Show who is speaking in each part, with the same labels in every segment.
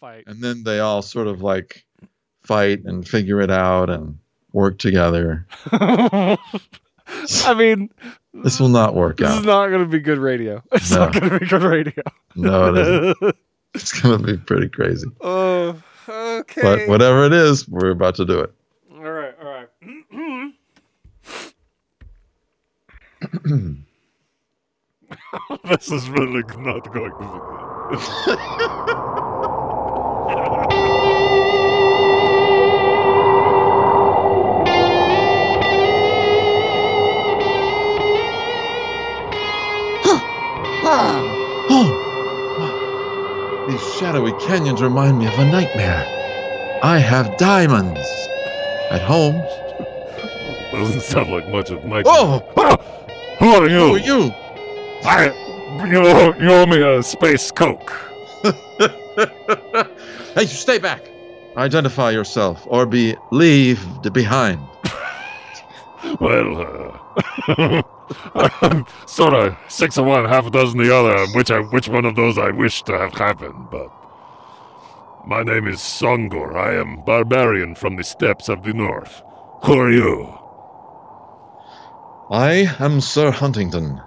Speaker 1: fight.
Speaker 2: and then they all sort of like fight and figure it out and work together.
Speaker 1: I mean,
Speaker 2: This will not work
Speaker 1: this is
Speaker 2: out.
Speaker 1: not going to be good radio. It's
Speaker 2: No.
Speaker 1: not going to be good radio.
Speaker 2: No, it isn't. It's going to be pretty crazy.
Speaker 1: oh, okay.
Speaker 2: But whatever it is, we're about to do it.
Speaker 1: All right, all right.
Speaker 3: this is really not going to be good.
Speaker 2: Oh! These shadowy canyons remind me of a nightmare. I have diamonds at home.
Speaker 3: Doesn't sound like much of my.
Speaker 2: Oh!
Speaker 3: Ah! Who are
Speaker 1: Oh,
Speaker 3: you?
Speaker 2: Who are you?
Speaker 3: I, you, owe, you owe me a space coke.
Speaker 2: hey, you stay back. Identify yourself or be leaved behind.
Speaker 3: Well, uh, I'm sort of six of one, half a dozen the other. Which I, which one of those I wish to have happen, but. My name is Songor. I am barbarian from the steppes of the north. Who are you?
Speaker 2: I am Sir Huntington.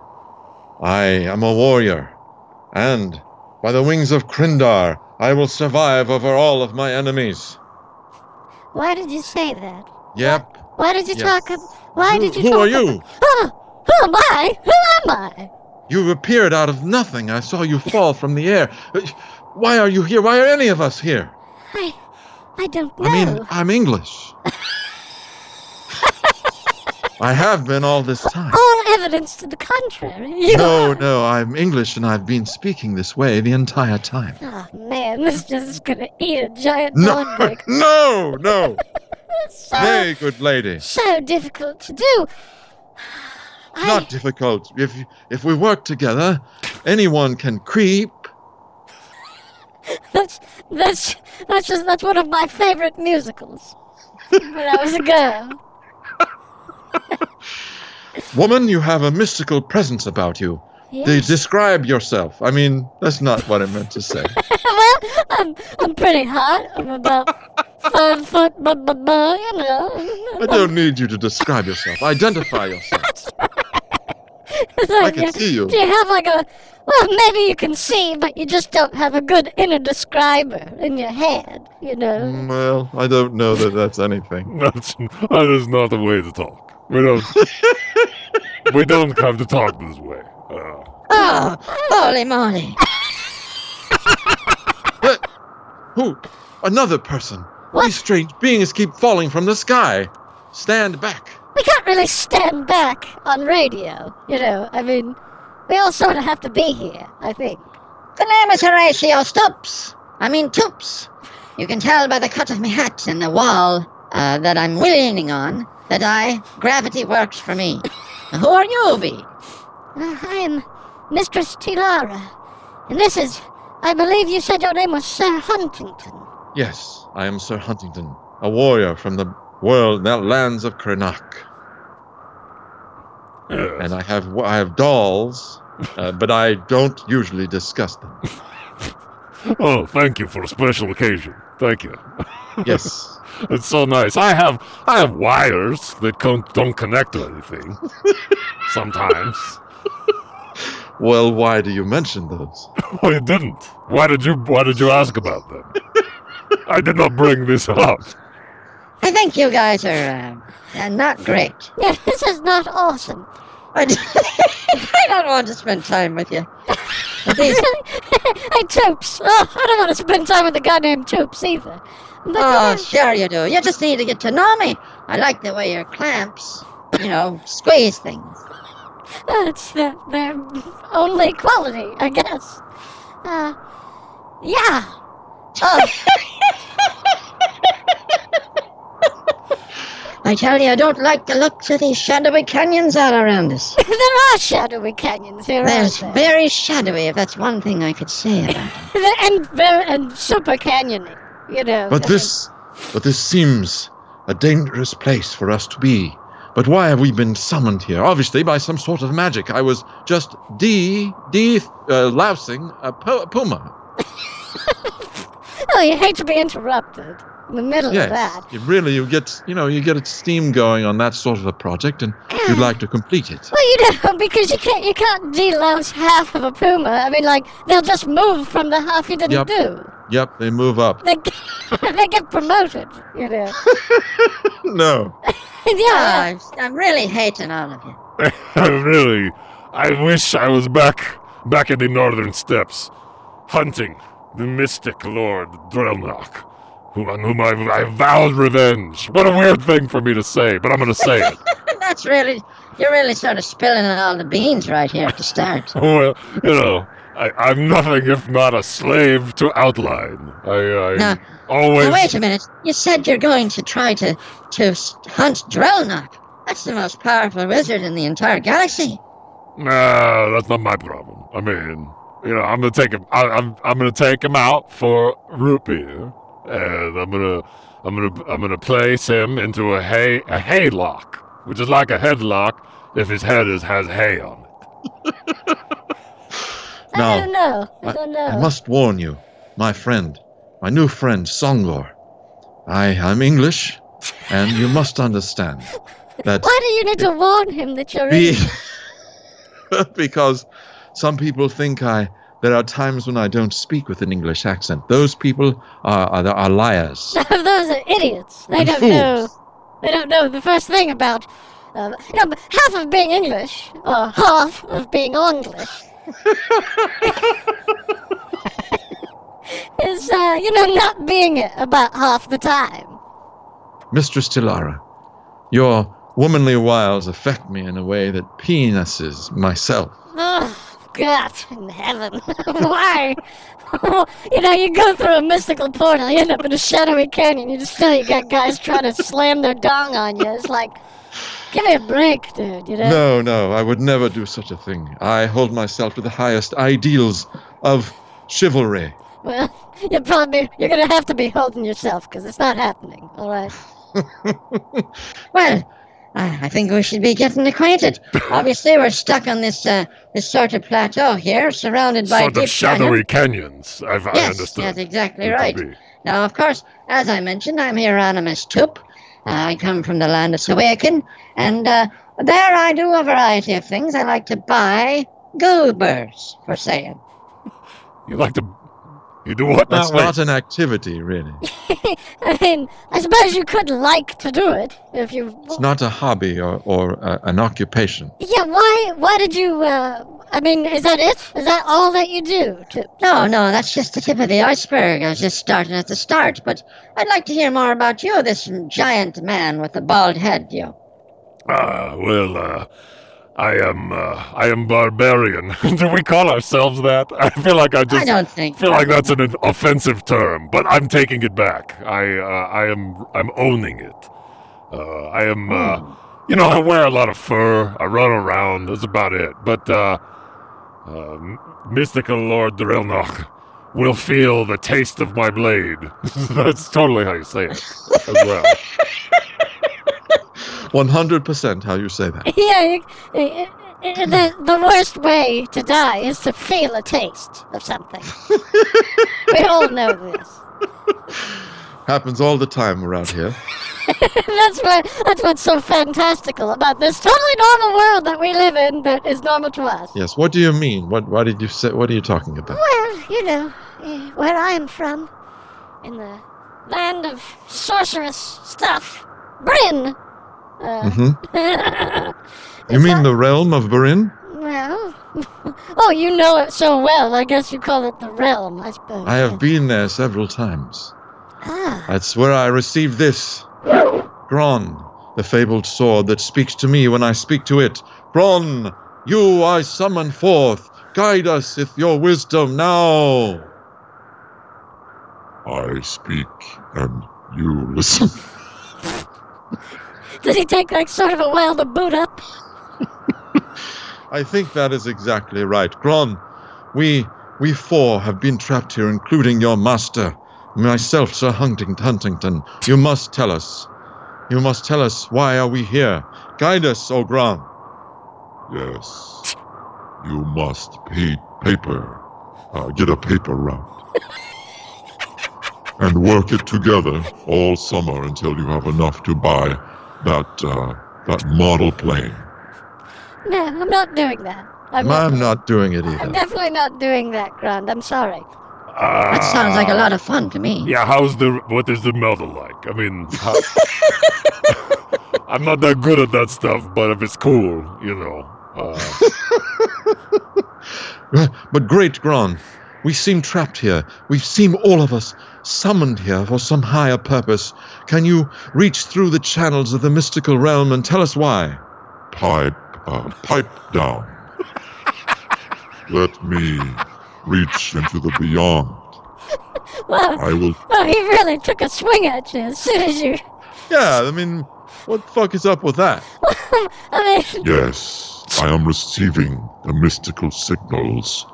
Speaker 2: I am a warrior, and by the wings of Krindar, I will survive over all of my enemies.
Speaker 4: Why did you say that?
Speaker 2: Yep.
Speaker 4: Why did you
Speaker 2: Yes.
Speaker 4: talk? ab- Why did you?
Speaker 2: Who
Speaker 4: talk
Speaker 2: are you?
Speaker 4: ab- Huh? who am I? Who am I?
Speaker 2: You appeared out of nothing. I saw you fall from the air. Why are you here? Why are any of us here?
Speaker 4: I, I don't know.
Speaker 2: I mean, I'm English. I have been all this time.
Speaker 4: All evidence to the contrary. You
Speaker 2: No,
Speaker 4: are-
Speaker 2: no, I'm English and I've been speaking this way the entire time.
Speaker 4: Oh man, this just is gonna eat a giant
Speaker 2: No,
Speaker 4: Thorndike.
Speaker 2: no, no.
Speaker 4: So,
Speaker 2: Hey, good lady.
Speaker 4: so difficult to do. I,
Speaker 2: Not difficult. If if we work together, anyone can creep.
Speaker 4: that's that's that's just that's one of my favorite musicals. when I was a girl.
Speaker 2: Woman, you have a mystical presence about you. They
Speaker 4: Yes.
Speaker 2: describe yourself. I mean, that's not what I meant to say.
Speaker 4: well, I'm I'm pretty hot. I'm about five foot, bu- bu- bu- you know.
Speaker 2: I don't need you to describe yourself. Identify yourself.
Speaker 4: It's like,
Speaker 2: can
Speaker 4: uh,
Speaker 2: see you.
Speaker 4: Do you have like a? Well, maybe you can see, but you just don't have a good inner describer in your head. You know.
Speaker 2: Mm, Well, I don't know that that's anything.
Speaker 3: That's that is not the way to talk. We don't. we don't have to talk this way. Uh,
Speaker 5: Oh, holy moly.
Speaker 2: But who? Another person.
Speaker 4: What?
Speaker 2: These strange beings keep falling from the sky. Stand back.
Speaker 4: we can't really stand back on radio, you know. I mean, we all sort of have to be here, I think.
Speaker 5: The name is Horatio Stubbs. I mean, Toops. You can tell by the cut of my hat and the wall uh, that I'm leaning on that I gravity works for me. Who are you, be?
Speaker 4: Uh, I'm Mistress Tilara, and this is, I believe you said your name was Sir Huntington.
Speaker 2: Yes, I am Sir Huntington, a warrior from the world, the lands of Krenak.
Speaker 3: yes.
Speaker 2: And I have I have dolls, uh, but I don't usually discuss them.
Speaker 3: Oh, thank you for a special occasion. Thank you.
Speaker 2: Yes.
Speaker 3: It's so nice. I have I have wires that con- don't connect to anything. Sometimes.
Speaker 2: Well, why do you mention those?
Speaker 3: Oh, you didn't. Why did you Why did you ask about them? I did not bring this up.
Speaker 5: I think you guys are uh, uh, not great.
Speaker 4: Yeah, this is not awesome.
Speaker 5: I d- I don't want to spend time with you. With these-
Speaker 4: hey, Toops. Oh, I don't want to spend time with a guy named Toops either. But,
Speaker 5: Oh,
Speaker 4: uh,
Speaker 5: sure you do. You just need to get to know me. I like the way your clamps, you know, squeeze things.
Speaker 4: that's their, their only quality, I guess. Uh, yeah. Oh,
Speaker 5: I tell you, I don't like the looks of these shadowy canyons out around us.
Speaker 4: there are shadowy canyons here,
Speaker 5: There's
Speaker 4: aren't there?
Speaker 5: very shadowy, if that's one thing I could say about it.
Speaker 4: and, ver- and super canyoning, you know.
Speaker 2: But
Speaker 4: I
Speaker 2: this, but this seems a dangerous place for us to be. But why have we been summoned here? Obviously by some sort of magic. I was just de de uh, lousing a pu- puma.
Speaker 4: mean, really Oh, hate to be interrupted in the middle
Speaker 2: Yeah.
Speaker 4: of that.
Speaker 2: You really, you get, you know, you get its steam going on that sort of a project, and you'd like to complete it.
Speaker 4: Well, you know, because you can't you can't delouse half of a puma. I mean, like they'll just move from the half you
Speaker 2: Yep.
Speaker 4: didn't do.
Speaker 2: Yep, they move up.
Speaker 4: They get, they get promoted, you know.
Speaker 2: no.
Speaker 4: And
Speaker 5: Oh,
Speaker 4: yeah,
Speaker 5: I'm, I'm really hating all of you.
Speaker 3: really, I wish I was back back in the northern steppes, hunting the mystic lord Drelnach, who on whom I, I vowed revenge. What a weird thing for me to say, but I'm going to say it.
Speaker 5: That's really, you're really sort of spilling all the beans right here at the start.
Speaker 3: well, you know, I, I'm nothing if not a slave to outline. I, I
Speaker 5: Now-
Speaker 3: always.
Speaker 5: Now, wait a minute. You said you're going to try to to s- hunt Drelnok. That's the most powerful wizard in the entire galaxy.
Speaker 3: Nah, that's not my problem. I mean, you know, I'm gonna take him. I, I'm I'm gonna take him out for root beer, and I'm gonna I'm gonna I'm gonna place him into a hay a hay lock, which is like a headlock if his head is has hay on it.
Speaker 4: I
Speaker 2: Now,
Speaker 4: don't know. I don't know.
Speaker 2: I must warn you, my friend, my new friend Songor. I am English, and you must understand that
Speaker 4: Why do you need to warn him that you're in?
Speaker 2: be- because some people think I. There are times when I don't speak with an English accent. Those people are are, are liars.
Speaker 4: Those are idiots. They
Speaker 2: And
Speaker 4: don't
Speaker 2: fools.
Speaker 4: know. They don't know the first thing about. Um, you know, half of being English, or half of being English, is uh, you know not being it about half the time.
Speaker 2: Mistress Tilara, your womanly wiles affect me in a way that penises myself.
Speaker 4: Oh God in heaven, why? you know, you go through a mystical portal, you end up in a shadowy canyon. You just still you got guys trying to slam their dong on you. It's like, give me a break, dude. You know.
Speaker 2: No, no, I would never do such a thing. I hold myself to the highest ideals of chivalry.
Speaker 4: Well, you're probably you're gonna have to be holding yourself because it's not happening. All right.
Speaker 5: Well, I, I think we should be getting acquainted. Obviously, we're stuck on this uh, this sort of plateau here, surrounded by
Speaker 3: Sort
Speaker 5: deep
Speaker 3: of shadowy
Speaker 5: canyon.
Speaker 3: canyons. I've, I
Speaker 5: Yes,
Speaker 3: understood.
Speaker 5: that's exactly
Speaker 3: It could
Speaker 5: right.
Speaker 3: be.
Speaker 5: Now, of course, as I mentioned, I'm Hieronymus Toop. Uh, I come from the land of Sawakin, and uh, there I do a variety of things. I like to buy goobers for sale.
Speaker 3: You like to you do what?
Speaker 2: That's
Speaker 3: now? Wait.
Speaker 2: not an activity, really.
Speaker 4: I mean, I suppose you could like to do it if you.
Speaker 2: It's not a hobby or, or uh, an occupation.
Speaker 4: Yeah. Why? Why did you? Uh, I mean, is that it? Is that all that you do? To,
Speaker 5: No, no, that's just the tip of the iceberg. I was just starting at the start, but I'd like to hear more about you, this giant man with the bald head, you.
Speaker 3: Ah, well, uh, I am, uh, I am barbarian. Do we call ourselves that? I feel like I
Speaker 5: I
Speaker 3: just
Speaker 5: don't think.
Speaker 3: feel like that's an offensive term, but I'm taking it back. I, uh, I am, I'm owning it. Uh, I am,
Speaker 5: Hmm.
Speaker 3: uh, you know, I wear a lot of fur. I run around. That's about it. But uh, uh, M- mystical Lord Drelnach will feel the taste of my blade. that's totally how you say it as well.
Speaker 2: 100% how you say that.
Speaker 4: yeah. You, i- i- i- the the worst way to die is to feel a taste of something. we all know this.
Speaker 2: Happens all the time around here.
Speaker 4: That's what that's what's so fantastical about this totally normal world that we live in that is normal to us.
Speaker 2: Yes, what do you mean? What, what did you say? What are you talking about?
Speaker 4: Well, you know, eh, where I'm from, in the land of sorceress stuff, Bryn. Uh,
Speaker 2: hmm You
Speaker 4: is
Speaker 2: mean
Speaker 4: that-
Speaker 2: the realm of Berin?
Speaker 4: Well, oh, you know it so well. I guess you call it the realm, I suppose.
Speaker 2: I have been there several times.
Speaker 4: Ah,
Speaker 2: That's where I received this. Gron, the fabled sword that speaks to me when I speak to it. Gron, you I summon forth. Guide us with your wisdom now.
Speaker 3: I speak and you listen.
Speaker 4: does he take like sort of a while to boot up?
Speaker 2: I think that is exactly right. Gron, we we four have been trapped here, including your master, myself, Sir Hunting Huntington. You must tell us. You must tell us why are we here. Guide us, O Gron.
Speaker 6: Yes. You must pay paper. Uh, get a paper route. and work it together all summer until you have enough to buy that uh, that model plane.
Speaker 4: No, I'm not doing that. I'm, not,
Speaker 2: I'm not doing it
Speaker 4: I'm
Speaker 2: either.
Speaker 4: definitely not doing that, Grant. I'm sorry.
Speaker 5: That sounds like a lot of fun to me.
Speaker 3: Uh, Yeah, how's the what is the model like? I mean, how, I'm not that good at that stuff, but if it's cool, you know. Uh,
Speaker 2: But great Gran, we seem trapped here. We seem all of us summoned here for some higher purpose. Can you reach through the channels of the mystical realm and tell us why?
Speaker 6: Pipe, uh, pipe down. Let me reach into the beyond.
Speaker 4: Well,
Speaker 6: I will
Speaker 4: well, he really took a swing at you as soon as you.
Speaker 2: Yeah, I mean, what the fuck is up with that?
Speaker 4: I mean,
Speaker 6: Yes, I am receiving the mystical signals.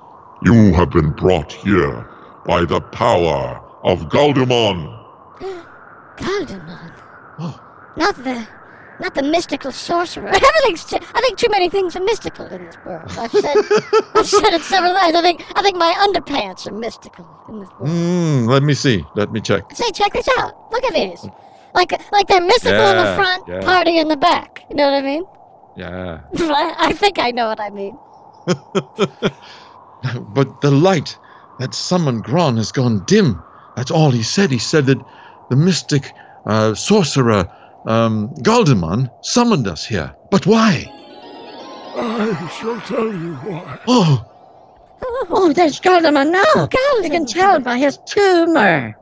Speaker 6: You have been brought here by the power of Galdemon.
Speaker 4: Galdemon.
Speaker 2: Oh.
Speaker 4: Not the, not the mystical sorcerer. Everything's. Too, I think too many things are mystical in this world. I've said, I've said it several times. I think, I think my underpants are mystical in this world.
Speaker 2: Hmm, let me see. Let me check.
Speaker 4: Say, check this out. Look at these. Like, like they're mystical in the
Speaker 2: Yeah,
Speaker 4: front,
Speaker 2: yeah.
Speaker 4: party in the back. You know what I mean?
Speaker 2: Yeah.
Speaker 4: I think I know what I mean.
Speaker 2: But the light that summoned Gran has gone dim. That's all he said. He said that the mystic uh, sorcerer um, Galdemon summoned us here. But why?
Speaker 3: I shall tell you why.
Speaker 2: Oh,
Speaker 5: Oh, there's Gardener now.
Speaker 4: Galdemon.
Speaker 5: You can tell by his tumor.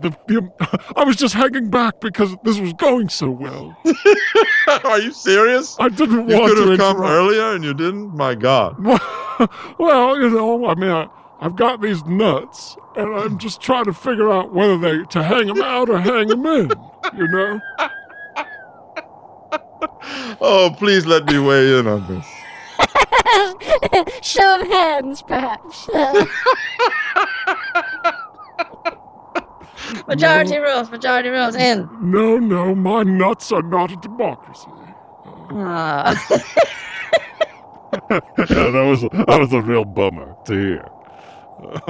Speaker 3: The, the, I was just hanging back because this was going so well.
Speaker 2: are you serious?
Speaker 3: I didn't
Speaker 2: You
Speaker 3: want
Speaker 2: could
Speaker 3: to
Speaker 2: have come
Speaker 3: interrupt.
Speaker 2: earlier and you didn't? My God.
Speaker 3: well, you know, I mean, I, I've got these nuts, and I'm just trying to figure out whether they to hang them out or hang them in. You know,
Speaker 2: Oh, please let me weigh in on this.
Speaker 4: Show of hands, perhaps. Uh,
Speaker 5: Majority
Speaker 3: Mm-hmm.
Speaker 5: rules, majority rules in.
Speaker 3: no, no, my nuts are not a democracy.
Speaker 5: Oh.
Speaker 3: that was that was a real bummer to hear.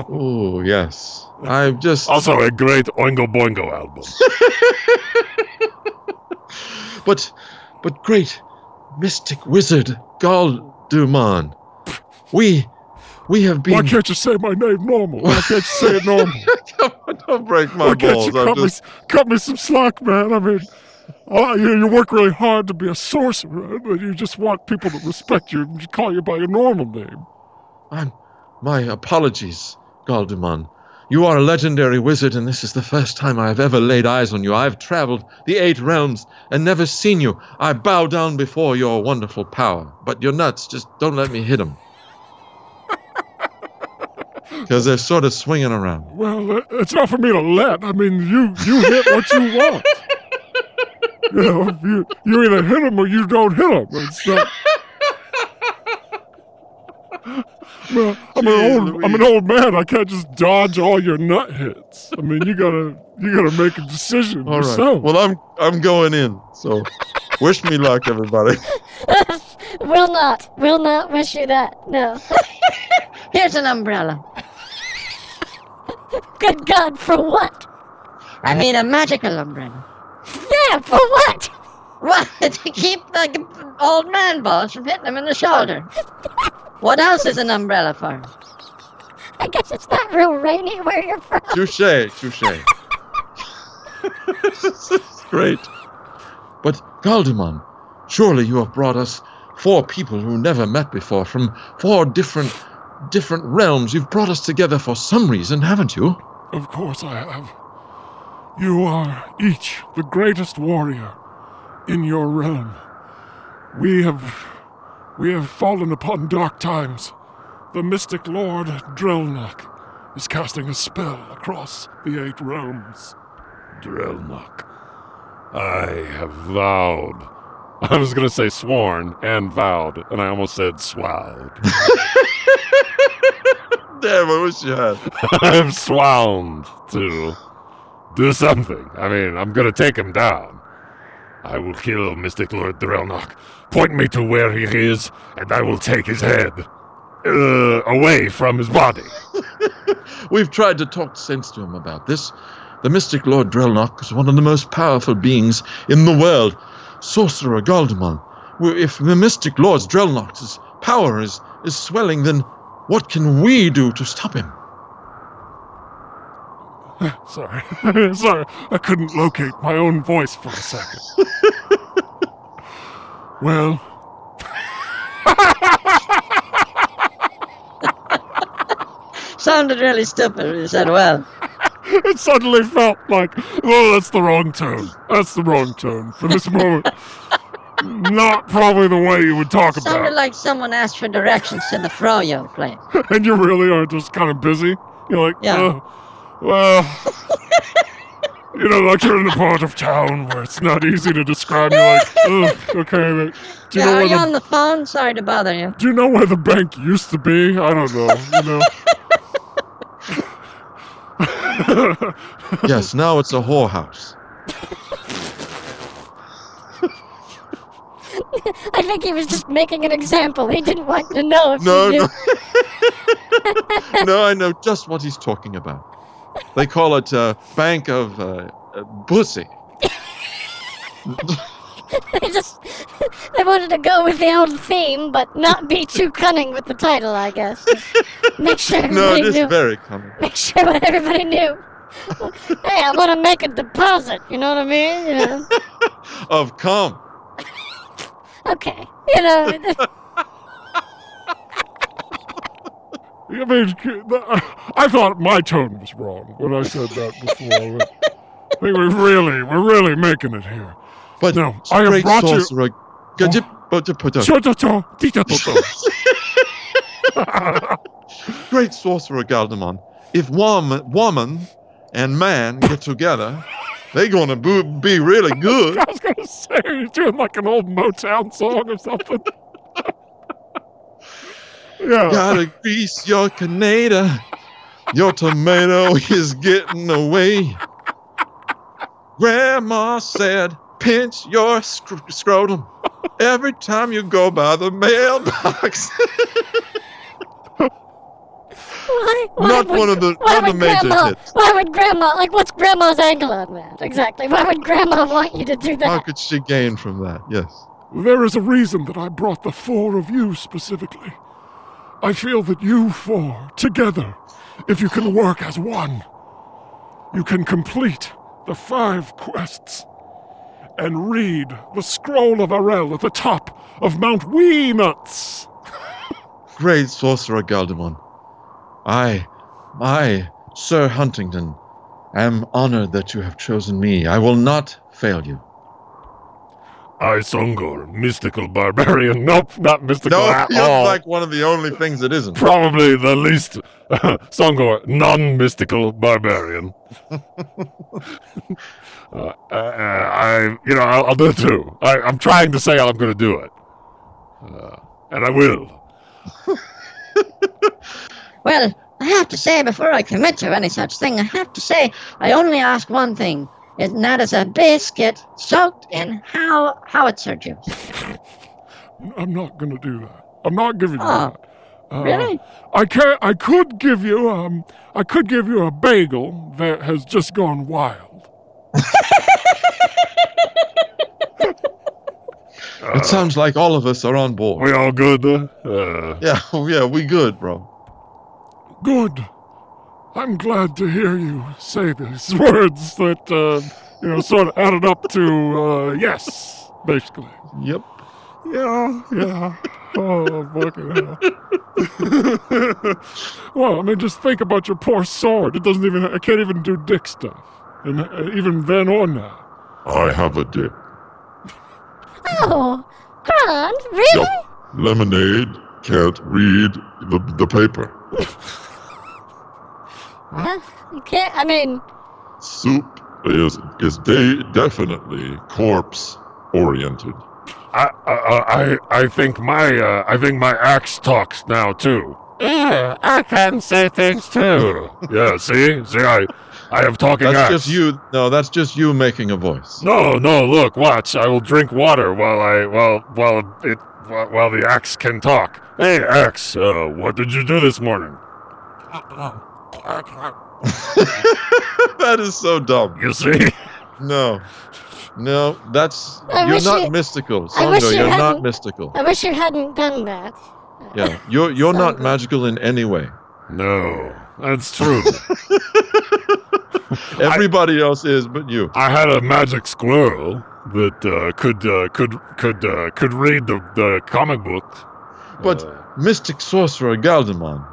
Speaker 2: Oh, yes. I've just.
Speaker 3: Also, a great Oingo Boingo album.
Speaker 2: But, but great mystic wizard Galdemon. We, we have
Speaker 3: Why
Speaker 2: been.
Speaker 3: can't you say my name normal? Why can't you say it normal?
Speaker 2: Don't break my
Speaker 3: Why can't
Speaker 2: balls.
Speaker 3: you
Speaker 2: I'm
Speaker 3: cut
Speaker 2: just.
Speaker 3: me cut me some slack, man? I mean. Oh, you, you work really hard to be a sorcerer, but you just want people to respect you and call you by your normal name.
Speaker 2: I'm, my apologies, Galdemon. You are a legendary wizard, and this is the first time I have ever laid eyes on you. I have traveled the eight realms and never seen you. I bow down before your wonderful power. But your nuts, just don't let me hit them. Because they're sort of swinging around.
Speaker 3: Well, uh, it's not for me to let. I mean, you you hit what you want. You know, if you, you either hit them or you don't hit them. It's uh, not... Well, I'm
Speaker 2: Jeez
Speaker 3: an old I'm an old man. I can't just dodge all your nut hits. I mean, you gotta you gotta make a decision
Speaker 2: All right.
Speaker 3: yourself.
Speaker 2: Well, I'm I'm going in. So, wish me luck, everybody.
Speaker 4: will not, will not wish you that. No.
Speaker 5: Here's an umbrella.
Speaker 4: Good God, for what?
Speaker 5: I mean, a magical umbrella.
Speaker 4: Yeah, for what?
Speaker 5: What? to keep the old man balls from hitting him in the shoulder. What else is an umbrella for?
Speaker 4: I guess it's not real rainy where you're from.
Speaker 2: Touche, touche. Great. But Galdemon, surely you have brought us four people who never met before from four different different realms. You've brought us together for some reason, haven't you?
Speaker 3: Of course I have. You are each the greatest warrior in your realm. We have we have fallen upon dark times. The mystic lord Drelnok is casting a spell across the eight realms. Drelnok. I have vowed. I was gonna say sworn and vowed, and I almost said swowed.
Speaker 2: Damn, I wish you had.
Speaker 3: I'm swound to do something. I mean, I'm gonna take him down. I will kill Mystic Lord Drelnok. Point me to where he is, and I will take his head uh, away from his body.
Speaker 2: We've tried to talk sense to him about this. The mystic Lord Drelnok is one of the most powerful beings in the world. Sorcerer Galdemon, w- if the mystic Lord Drelnok's power is, is swelling, then what can we do to stop him?
Speaker 3: Sorry. Sorry. I couldn't locate my own voice for a second. well.
Speaker 5: Sounded really stupid when you said, well.
Speaker 3: It suddenly felt like, oh, that's the wrong tone. That's the wrong tone for this moment. Not probably the way you would talk about
Speaker 5: Sounded
Speaker 3: it.
Speaker 5: like someone asked for directions to the Froyo place.
Speaker 3: and you really are just kind of busy. You're like,
Speaker 5: Yeah.
Speaker 3: "Oh, well, you know, like you're in a part of town where it's not easy to describe. You're like, oh, okay, but do
Speaker 5: Yeah,
Speaker 3: you know
Speaker 5: are
Speaker 3: where
Speaker 5: you
Speaker 3: the
Speaker 5: on the phone? Sorry to bother you.
Speaker 3: do you know where the bank used to be? I don't know. You know.
Speaker 2: yes, now it's a whorehouse.
Speaker 4: I think he was just making an example. He didn't want to know if
Speaker 2: No,
Speaker 4: you knew.
Speaker 2: no. no, I know just what he's talking about. They call it uh, Bank of uh, uh, Pussy.
Speaker 4: they just they wanted to go with the old theme, but not be too cunning with the title, I guess. Just Make sure
Speaker 2: No,
Speaker 4: everybody
Speaker 2: it is
Speaker 4: knew.
Speaker 2: very common.
Speaker 4: Make sure what everybody knew. hey, I want to make a deposit. You know what I mean? You know?
Speaker 2: Of come.
Speaker 4: Okay. You know.
Speaker 3: I mean, I thought my tone was wrong when I said that before. I think we're really, we're really making it here.
Speaker 2: But
Speaker 3: No, I have
Speaker 2: straight
Speaker 3: brought you- Oh.
Speaker 2: sorcerer. Could you- but you put a-
Speaker 3: Cho-cho-cho, ti-ta-ta-ta.
Speaker 2: Great sorcerer Galdemon. If woman, woman and man get together, they're gonna bo- be really good.
Speaker 3: I was gonna say you're doing like an old Motown song or something. yeah.
Speaker 2: Gotta grease your canada. Your tomato is getting away. Grandma said, pinch your scr- scrotum every time you go by the mailbox.
Speaker 4: Why, why
Speaker 2: Not
Speaker 4: would-
Speaker 2: one of the-
Speaker 4: why
Speaker 2: not the
Speaker 4: would
Speaker 2: major
Speaker 4: grandma,
Speaker 2: hits.
Speaker 4: Why would grandma like? What's grandma's angle on that exactly? Why would grandma want you to do
Speaker 2: How
Speaker 4: that?
Speaker 2: could she gain from that? Yes.
Speaker 3: There is a reason that I brought the four of you specifically. I feel that you four, together, if you can work as one, you can complete the five quests and read the scroll of Arel at the top of Mount Weenuts.
Speaker 2: Great sorcerer Galdemon, I, I, Sir Huntingdon, am honored that you have chosen me. I will not fail you.
Speaker 3: I, Songor, mystical barbarian. Nope, not mystical at
Speaker 2: you're
Speaker 3: all.
Speaker 2: like one of the only things that isn't.
Speaker 3: Probably the least Songor non mystical barbarian. uh, uh, uh, I, you know, I'll, I'll do it too. I, I'm trying to say I'm going to do it, uh, and I will.
Speaker 5: Well, I have to say, before I commit to any such thing, I have to say, I only ask one thing, and that is a biscuit soaked in how howitzer juice.
Speaker 3: I'm not going to do that. I'm not giving you
Speaker 5: Oh,
Speaker 3: that. Uh,
Speaker 5: really?
Speaker 3: I can I could give you. Um. I could give you a bagel that has just gone wild.
Speaker 2: It sounds like all of us are on board.
Speaker 3: We all good. Uh,
Speaker 2: Yeah, oh, yeah, we good, bro.
Speaker 3: Good. I'm glad to hear you say these words that, uh, you know, sort of added up to, uh, yes, basically.
Speaker 2: Yep.
Speaker 3: Yeah, yeah. Oh, fucking hell. well, I mean, just think about your poor sword. It doesn't even, I can't even do dick stuff. And uh, even then or now.
Speaker 6: I have a dip.
Speaker 4: Oh, Grand, really?
Speaker 6: Yup. Lemonade can't read the, the paper.
Speaker 4: Huh? You can't. I mean,
Speaker 6: Soup is is de- definitely corpse oriented.
Speaker 3: I, I, I, I think my, uh, I think my axe talks now, too. Yeah, I can say things, too. yeah, see? See, I, I have talking
Speaker 2: That's
Speaker 3: axe.
Speaker 2: just you. No, that's just you making a voice.
Speaker 3: No, no, look, watch. I will drink water while I while while it while, while the axe can talk. Hey, axe, uh, what did you do this morning?
Speaker 2: that is so dumb.
Speaker 3: You see?
Speaker 2: No. No, that's
Speaker 4: I
Speaker 2: you're
Speaker 4: wish
Speaker 2: not
Speaker 4: you-
Speaker 2: mystical,
Speaker 4: I wish
Speaker 2: Sandra.
Speaker 4: you
Speaker 2: You're not
Speaker 4: hadn't- Um,
Speaker 2: mystical.
Speaker 4: I wish you hadn't done that.
Speaker 2: Yeah, you're you're not
Speaker 4: Sandra.
Speaker 2: magical in any way.
Speaker 3: No, that's true.
Speaker 2: Everybody else is, but you.
Speaker 3: I had a magic squirrel that uh, could uh, could could uh, could read the, the comic book.
Speaker 2: But
Speaker 3: Uh,
Speaker 2: mystic sorcerer Galdemon.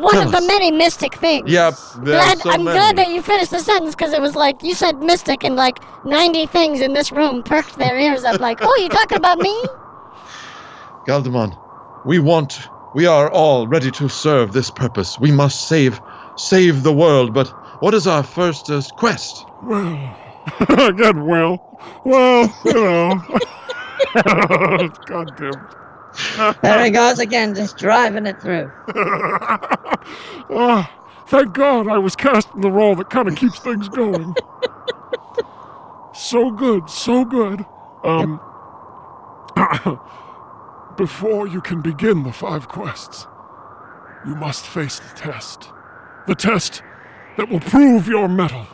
Speaker 4: One of the many mystic things.
Speaker 2: Yeah, there are
Speaker 4: Glad,
Speaker 2: so
Speaker 4: I'm
Speaker 2: many.
Speaker 4: glad that you finished the sentence because it was like you said mystic and like 90 things in this room perked their ears up like, oh, you talking about me?
Speaker 2: Galdemon, we want, we are all ready to serve this purpose. We must save, save the world. But what is our first uh, quest?
Speaker 3: Well, God, well, well, you know. God damn.
Speaker 5: There he goes again, just driving it through.
Speaker 3: Ah, thank God I was cast in the role that kind of keeps things going. so good, so good. Um, before you can begin the five quests, you must face the test. The test that will prove your mettle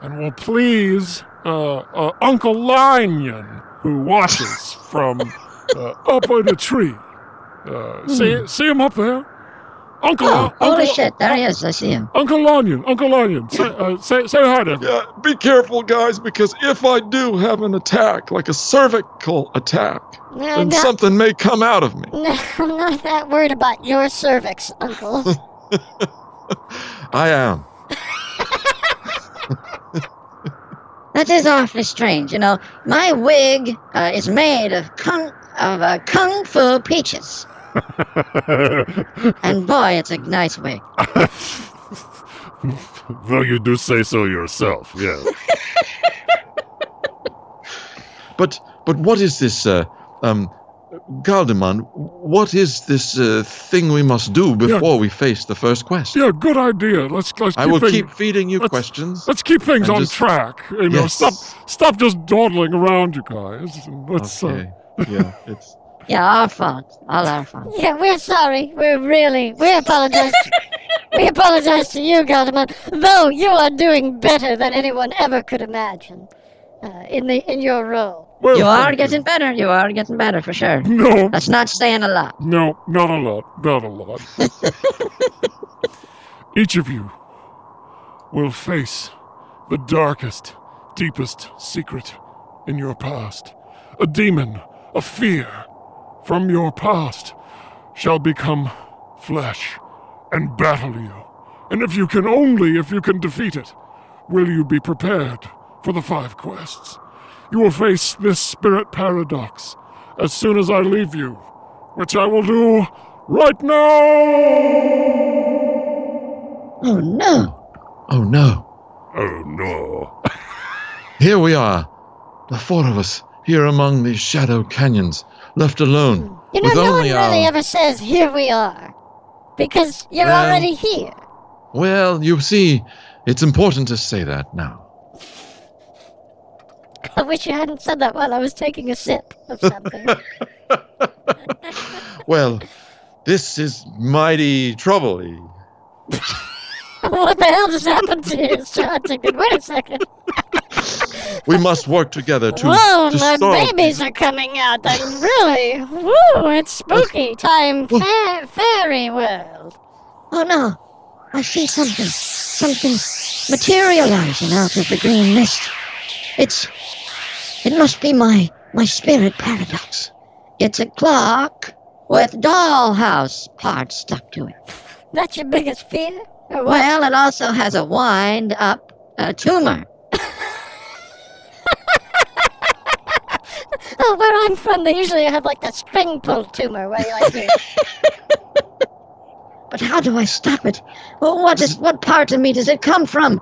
Speaker 3: and will please uh, uh, Uncle Lion, who watches from uh, up on a tree. Uh, see, see him up there? Uncle,
Speaker 5: Hmm.
Speaker 3: uh,
Speaker 5: Oh, holy
Speaker 3: Uncle,
Speaker 5: shit, there he is, I see him.
Speaker 3: Uncle Lanyon, Uncle Lanyon, say, uh, say, say hi to him.
Speaker 2: Yeah, be careful, guys, because if I do have an attack, like a cervical attack,
Speaker 4: No,
Speaker 2: then
Speaker 4: no,
Speaker 2: something may come out of me.
Speaker 4: uh, no, I'm not that worried about your cervix, Uncle.
Speaker 2: I am.
Speaker 5: That is awfully strange. You know, my wig uh, is made of kung of uh, kung fu peaches, and boy, it's a nice wig.
Speaker 3: Though you do say so yourself, yeah.
Speaker 2: But but what is this, uh, um, Galdemon? What is this uh, thing we must do before we face the first quest?
Speaker 3: Yeah, good idea. Let's let's keep
Speaker 2: I will
Speaker 3: things,
Speaker 2: keep feeding you
Speaker 3: let's-
Speaker 2: questions.
Speaker 3: let's keep things
Speaker 2: I'm
Speaker 3: on
Speaker 2: just-
Speaker 3: track. You know,
Speaker 2: Yes.
Speaker 3: stop stop just dawdling around, you guys. Let's uh,
Speaker 2: Okay. yeah, it's
Speaker 5: Yeah, our fault, all our fault.
Speaker 4: Yeah, we're sorry. We're really we apologize. we apologize to you, Galdemar. Though you are doing better than anyone ever could imagine uh, in the in your role.
Speaker 3: well,
Speaker 5: You are
Speaker 3: thank
Speaker 5: getting better. You are getting better for sure.
Speaker 3: no,
Speaker 5: That's not saying a lot.
Speaker 3: no, not a lot, not a lot. Each of you will face the darkest, deepest secret in your past. A demon, a fear from your past shall become flesh and battle you. And if you can only, if you can defeat it, will you be prepared for the five quests. You will face this spirit paradox as soon as I leave you, which I will do right now!
Speaker 5: Oh no!
Speaker 2: oh no.
Speaker 3: Oh no.
Speaker 2: Here we are, the four of us here among these shadow canyons, left alone.
Speaker 4: You know,
Speaker 2: With
Speaker 4: no one
Speaker 2: only um,
Speaker 4: really
Speaker 2: our-
Speaker 4: ever says "Here we are," because you're
Speaker 2: Well-
Speaker 4: already here.
Speaker 2: Well, you see, it's important to say that now.
Speaker 4: I wish you hadn't said that while I was taking a sip of something.
Speaker 2: Well, this is mighty trouble.
Speaker 4: what the hell just happened to you, Chartington? Wait a second.
Speaker 2: We must work together to,
Speaker 4: Whoa,
Speaker 2: to
Speaker 4: my
Speaker 2: solve
Speaker 4: babies are coming out. I'm really, woo, it's spooky time,
Speaker 2: Oh.
Speaker 4: fair, fairy world.
Speaker 5: Oh no! I see something, something materializing out of the green mist. It's, it must be my my spirit paradox. It's a clock with dollhouse parts stuck to it.
Speaker 4: That's your biggest fear? Or what?
Speaker 5: Well, it also has a wind up uh, tumor.
Speaker 4: Oh, where I'm from, they usually have like the string pull tumor where you like you.
Speaker 5: But how do I stop it? Well, what is what part of me does it come from?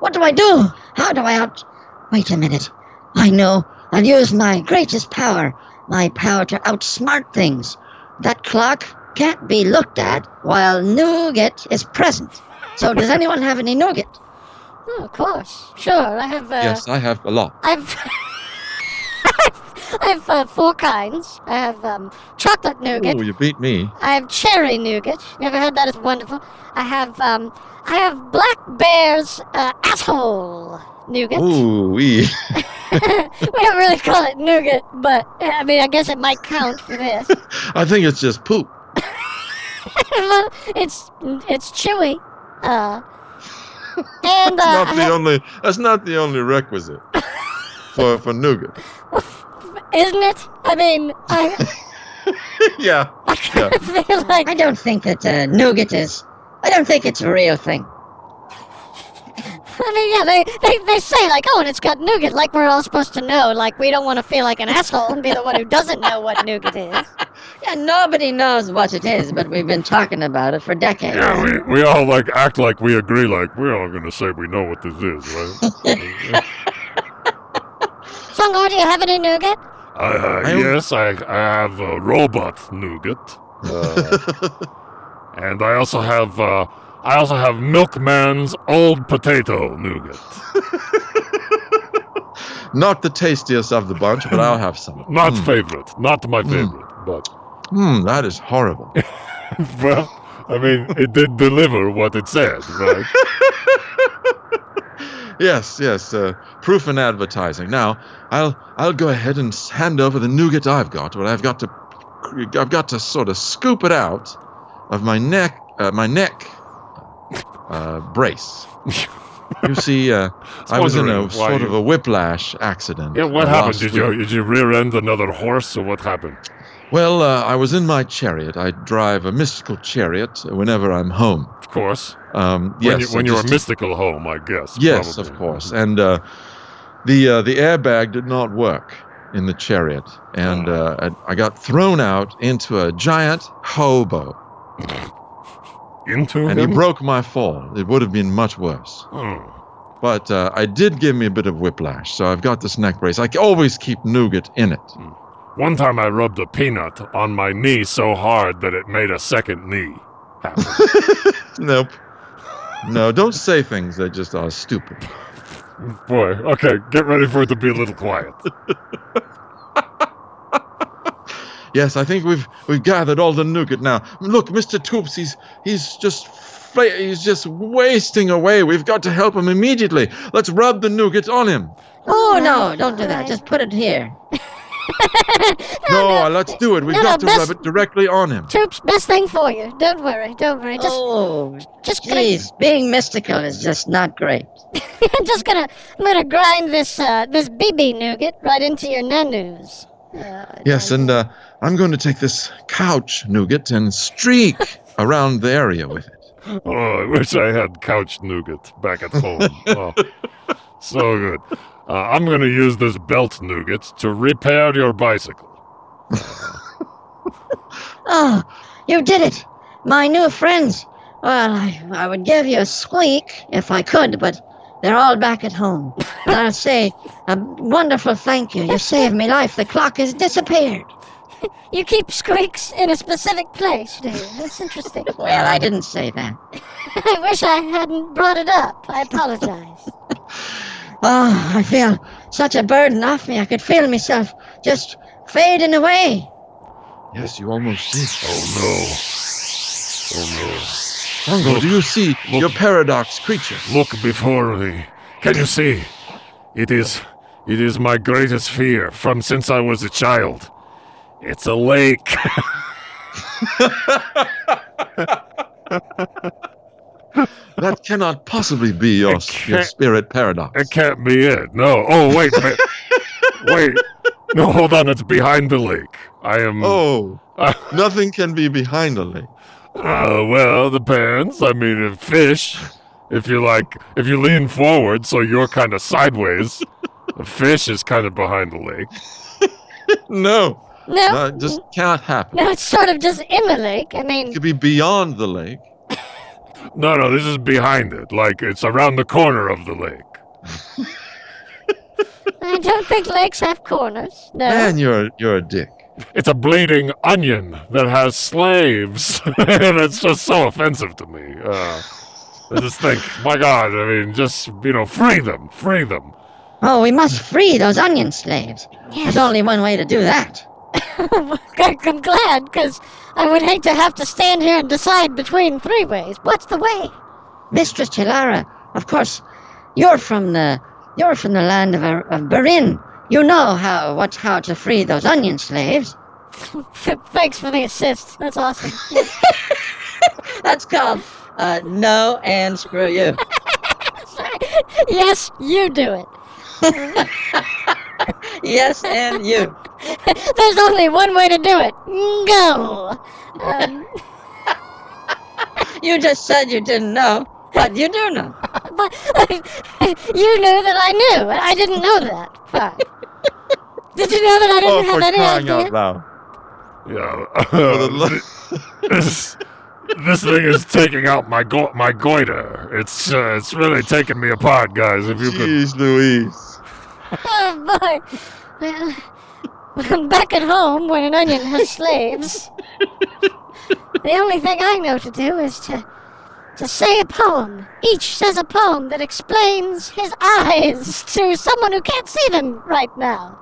Speaker 5: What do I do? How do I out? Wait a minute. I know. I'll use my greatest power, my power to outsmart things. That clock can't be looked at while nougat is present. So does anyone have any nougat?
Speaker 4: Oh, of course. Sure, I have, uh,
Speaker 2: Yes, I have a lot.
Speaker 4: I've, I have uh, four kinds. I have um, chocolate nougat.
Speaker 2: Oh, you beat me.
Speaker 4: I have cherry nougat. You ever had that? It's wonderful. I have um, I have Black Bear's uh, asshole nougat.
Speaker 2: Ooh, wee.
Speaker 4: we don't really call it nougat, but uh, I mean, I guess it might count for this.
Speaker 2: I think it's just poop.
Speaker 4: it's it's chewy. Uh, and uh, I
Speaker 2: Not the
Speaker 4: have-
Speaker 2: only. That's not the only requisite for for nougat.
Speaker 4: isn't it? I mean, I,
Speaker 2: yeah.
Speaker 4: I kind of feel like
Speaker 5: I don't think that uh, nougat is. I don't think it's a real thing.
Speaker 4: I mean, yeah, they, they, they say, like, oh, and it's got nougat, like we're all supposed to know. Like, we don't want to feel like an asshole and be the one who doesn't know what nougat is.
Speaker 5: Yeah, nobody knows what it is, but we've been talking about it for decades.
Speaker 3: Yeah, we, we all like act like we agree, like we're all gonna say we know what this is, right?
Speaker 4: Sungor, do you have any nougat?
Speaker 3: I, uh,
Speaker 2: I-
Speaker 3: yes, I, I have uh, robot nougat, uh, and I also have uh, I also have milkman's old potato nougat.
Speaker 2: Not the tastiest of the bunch, but I'll have some.
Speaker 3: Not
Speaker 2: Mm.
Speaker 3: favorite, not my
Speaker 2: Mm.
Speaker 3: favorite, but
Speaker 2: Mm, that is horrible.
Speaker 3: well, I mean, it did deliver what it said, right?
Speaker 2: yes, yes. Uh, proof in advertising. Now, I'll I'll go ahead and s- hand over the nougat I've got, but I've got to I've got to sort of scoop it out of my neck uh, my neck uh, brace. You see, uh, I was in
Speaker 3: wondering
Speaker 2: a
Speaker 3: why
Speaker 2: sort
Speaker 3: you-
Speaker 2: of a whiplash accident.
Speaker 3: Yeah, what
Speaker 2: uh,
Speaker 3: happened?
Speaker 2: last
Speaker 3: Did you
Speaker 2: week.
Speaker 3: did you rear end another horse, or what happened?
Speaker 2: Well, uh, I was in my chariot. I drive a mystical chariot whenever I'm home.
Speaker 3: Of course,
Speaker 2: Um,
Speaker 3: when,
Speaker 2: yes,
Speaker 3: you, when
Speaker 2: I
Speaker 3: you're a
Speaker 2: just-
Speaker 3: mystical home, I guess.
Speaker 2: Yes,
Speaker 3: probably.
Speaker 2: of course. And uh, the uh, the airbag did not work in the chariot, and
Speaker 3: Ah.
Speaker 2: uh, I, I got thrown out into a giant hobo,
Speaker 3: Into
Speaker 2: and he
Speaker 3: him?
Speaker 2: broke my fall. It would have been much worse.
Speaker 3: Hmm.
Speaker 2: But uh, I did give me a bit of whiplash, so I've got this neck brace. I c- always keep nougat in it.
Speaker 3: One time I rubbed a peanut on my knee so hard that it made a second knee. happen.
Speaker 2: Nope. No, don't say things that just are stupid.
Speaker 3: Boy, okay, get ready for it to be a little quiet.
Speaker 2: Yes, I think we've we've gathered all the nougat now. Look, Mr. Toops, he's he's just fla- he's just wasting away. We've got to help him immediately. Let's rub the nougat on him.
Speaker 5: Oh no, don't do that. Just put it here.
Speaker 2: No, let's do it. We've
Speaker 4: No, no,
Speaker 2: got to
Speaker 4: best-
Speaker 2: rub it directly on him.
Speaker 4: Troops, best thing for you. Don't worry, don't worry. Just,
Speaker 5: Oh,
Speaker 4: just gonna,
Speaker 5: jeez, being mystical is just not great.
Speaker 4: I'm just gonna, I'm gonna grind this, uh, this BB nougat right into your nanus. Uh,
Speaker 2: Yes, and uh, I'm going to take this couch nougat and streak around the area with it.
Speaker 3: Oh, I wish I had couch nougat back at home. Oh, so good. Uh, I'm going to use this belt nougat to repair your bicycle.
Speaker 5: Oh, you did it, my new friends. Well, I, I would give you a squeak if I could, but they're all back at home. And I'll say a wonderful thank you. You saved me life. The clock has disappeared.
Speaker 4: you keep squeaks in a specific place, do you? That's interesting.
Speaker 5: Well, I didn't say that.
Speaker 4: I wish I hadn't brought it up. I apologize.
Speaker 5: Oh, I feel such a burden off me. I could feel myself just fading away.
Speaker 2: Yes, you almost see.
Speaker 3: Oh, no. Oh,
Speaker 2: Uncle, do you see your paradox creature?
Speaker 3: no. Look before me. Can you see? It is. It is my greatest fear from since I was a child. It's a lake.
Speaker 2: That cannot possibly be your, your
Speaker 3: can't-
Speaker 2: spirit paradox.
Speaker 3: That can't be it. No. Oh, wait. ma- wait. No, hold on. It's behind the lake. I am.
Speaker 2: Oh, nothing can be behind a lake.
Speaker 3: Uh, well, depends. I mean, if fish, if you like, if you lean forward, so you're kind of sideways, a fish is kind of behind the lake.
Speaker 2: No.
Speaker 4: No,
Speaker 2: No, it just can't happen.
Speaker 4: no, it's sort of just in the lake. I
Speaker 2: It
Speaker 4: mean,
Speaker 2: could be beyond the lake.
Speaker 3: No, no, this is behind it. Like, it's around the corner of the lake.
Speaker 4: I don't think lakes have corners. No.
Speaker 2: Man, you're you're a dick.
Speaker 3: It's a bleeding onion that has slaves, and it's just so offensive to me. Uh, I just think, my God, I mean, just, you know, free them, free them.
Speaker 5: Oh, we must free those onion slaves. There's only one way to do that.
Speaker 4: I'm glad, because I would hate to have to stand here and decide between three ways. What's the way?
Speaker 5: Mistress Chilara, of course, you're from the you're from the land of, uh, of Berin. You know how what how to free those onion slaves.
Speaker 4: Thanks for the assist. That's awesome.
Speaker 5: That's called uh, no and screw you.
Speaker 4: Sorry. Yes, you do it.
Speaker 5: yes and you.
Speaker 4: There's only one way to do it. Go. Um,
Speaker 5: You just said you didn't know, but you do know.
Speaker 4: but you knew that I knew, and I didn't know that. Fine. Did you know that I
Speaker 2: Oh,
Speaker 4: didn't
Speaker 2: for
Speaker 4: have any
Speaker 2: crying
Speaker 4: idea?
Speaker 2: out loud!
Speaker 3: Yeah. Um,
Speaker 2: For the lo-
Speaker 3: this this thing is taking out my go- my goiter. It's uh, it's really taking me apart, guys. If you could,
Speaker 2: Jeez, Louise.
Speaker 4: Oh boy. Well, I'm back at home when an onion has slaves. the only thing I know to do is to to say a poem. Each says a poem that explains his eyes to someone who can't see them right now.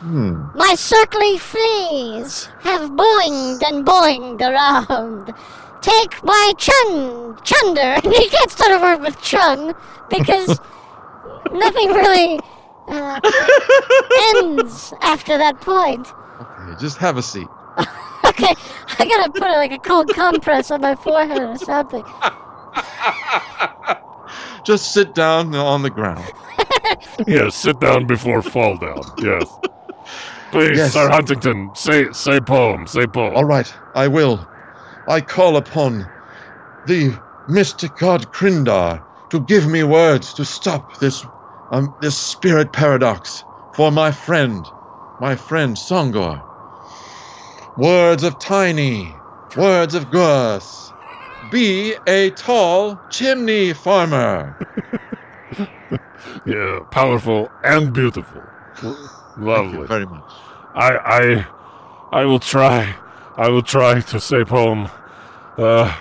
Speaker 2: Hmm.
Speaker 4: My circly fleas have boinged and boinged around. Take my chun, chunder. And you can't start a word with chun because nothing really uh, ends after that point.
Speaker 2: Okay, just have a seat.
Speaker 4: Okay, I gotta put like a cold compress on my forehead or something.
Speaker 2: Just sit down on the ground.
Speaker 3: yeah, sit down before fall down. Yes. Please,
Speaker 2: Yes.
Speaker 3: Sir Huntington, say say poem, say poem.
Speaker 2: All right, I will. I call upon the mystic god Krindar to give me words to stop this um, this spirit paradox for my friend, my friend Songor. Words of tiny, words of gorse. Be a tall chimney farmer.
Speaker 3: Yeah, powerful and beautiful.
Speaker 2: Thank
Speaker 3: Lovely.
Speaker 2: you very much.
Speaker 3: I I I will try. I will try to say poem. Uh,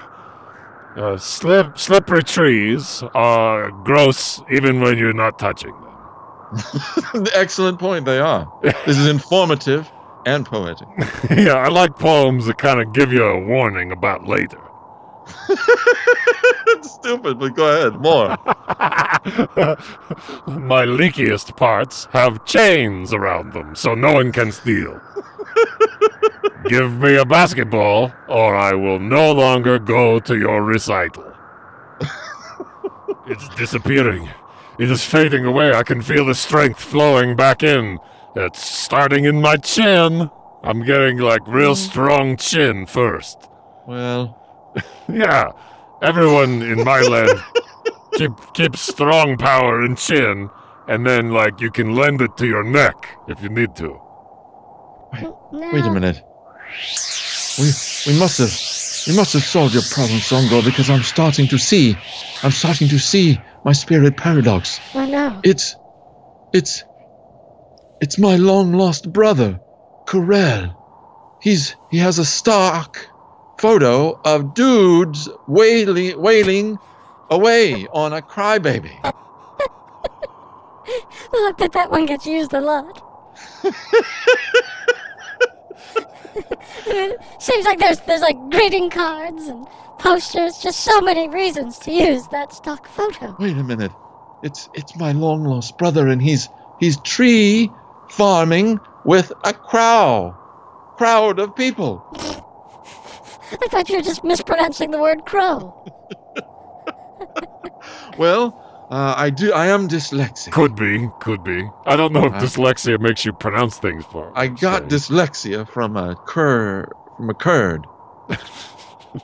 Speaker 3: uh, slip, slippery trees are gross even when you're not touching them.
Speaker 2: Excellent point. They are. This is informative and poetic.
Speaker 3: yeah, I like poems that kind of give you a warning about later.
Speaker 2: It's stupid, but go ahead. More.
Speaker 3: My leakiest parts have chains around them, so no one can steal. Give me a basketball, or I will no longer go to your recital. it's disappearing. It is fading away. I can feel the strength flowing back in. It's starting in my chin. I'm getting like real strong chin first.
Speaker 2: Well,
Speaker 3: Yeah, everyone in my land keep keep strong power and chin, and then like you can lend it to your neck if you need to.
Speaker 2: Wait a minute. We we must have we must have solved your problem, Songo, because I'm starting to see I'm starting to see my spirit paradox.
Speaker 4: I know.
Speaker 2: It's it's it's my long lost brother, Corel. He's he has a stark photo of dudes wailing wailing away on a crybaby.
Speaker 4: Oh, I bet that one gets used a lot. Seems like there's there's like greeting cards and posters, just so many reasons to use that stock photo.
Speaker 2: Wait a minute. It's it's my long lost brother and he's he's tree farming with a crow. Crowd of people.
Speaker 4: I thought you were just mispronouncing the word crow.
Speaker 2: Well, uh, I do I am dyslexic.
Speaker 3: Could be, could be. I don't know if
Speaker 2: Uh,
Speaker 3: dyslexia makes you pronounce things for.
Speaker 2: I got
Speaker 3: so-
Speaker 2: dyslexia from a cur from a curd.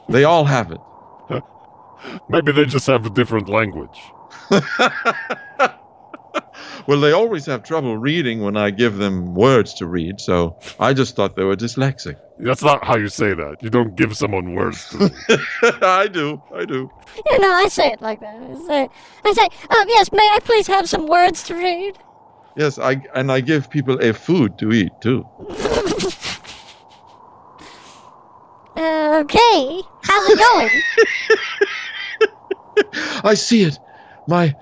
Speaker 2: they all have it.
Speaker 3: Maybe they just have a different language.
Speaker 2: Well, they always have trouble reading when I give them words to read, so I just thought they were dyslexic.
Speaker 3: That's not how you say that. You don't give someone words to read.
Speaker 2: I do. I do.
Speaker 4: You know, I say it like that. I say, I say, um, yes, may I please have some words to read?
Speaker 2: Yes, I and I give people a food to eat too.
Speaker 4: okay, how's it going?
Speaker 2: I see it. My,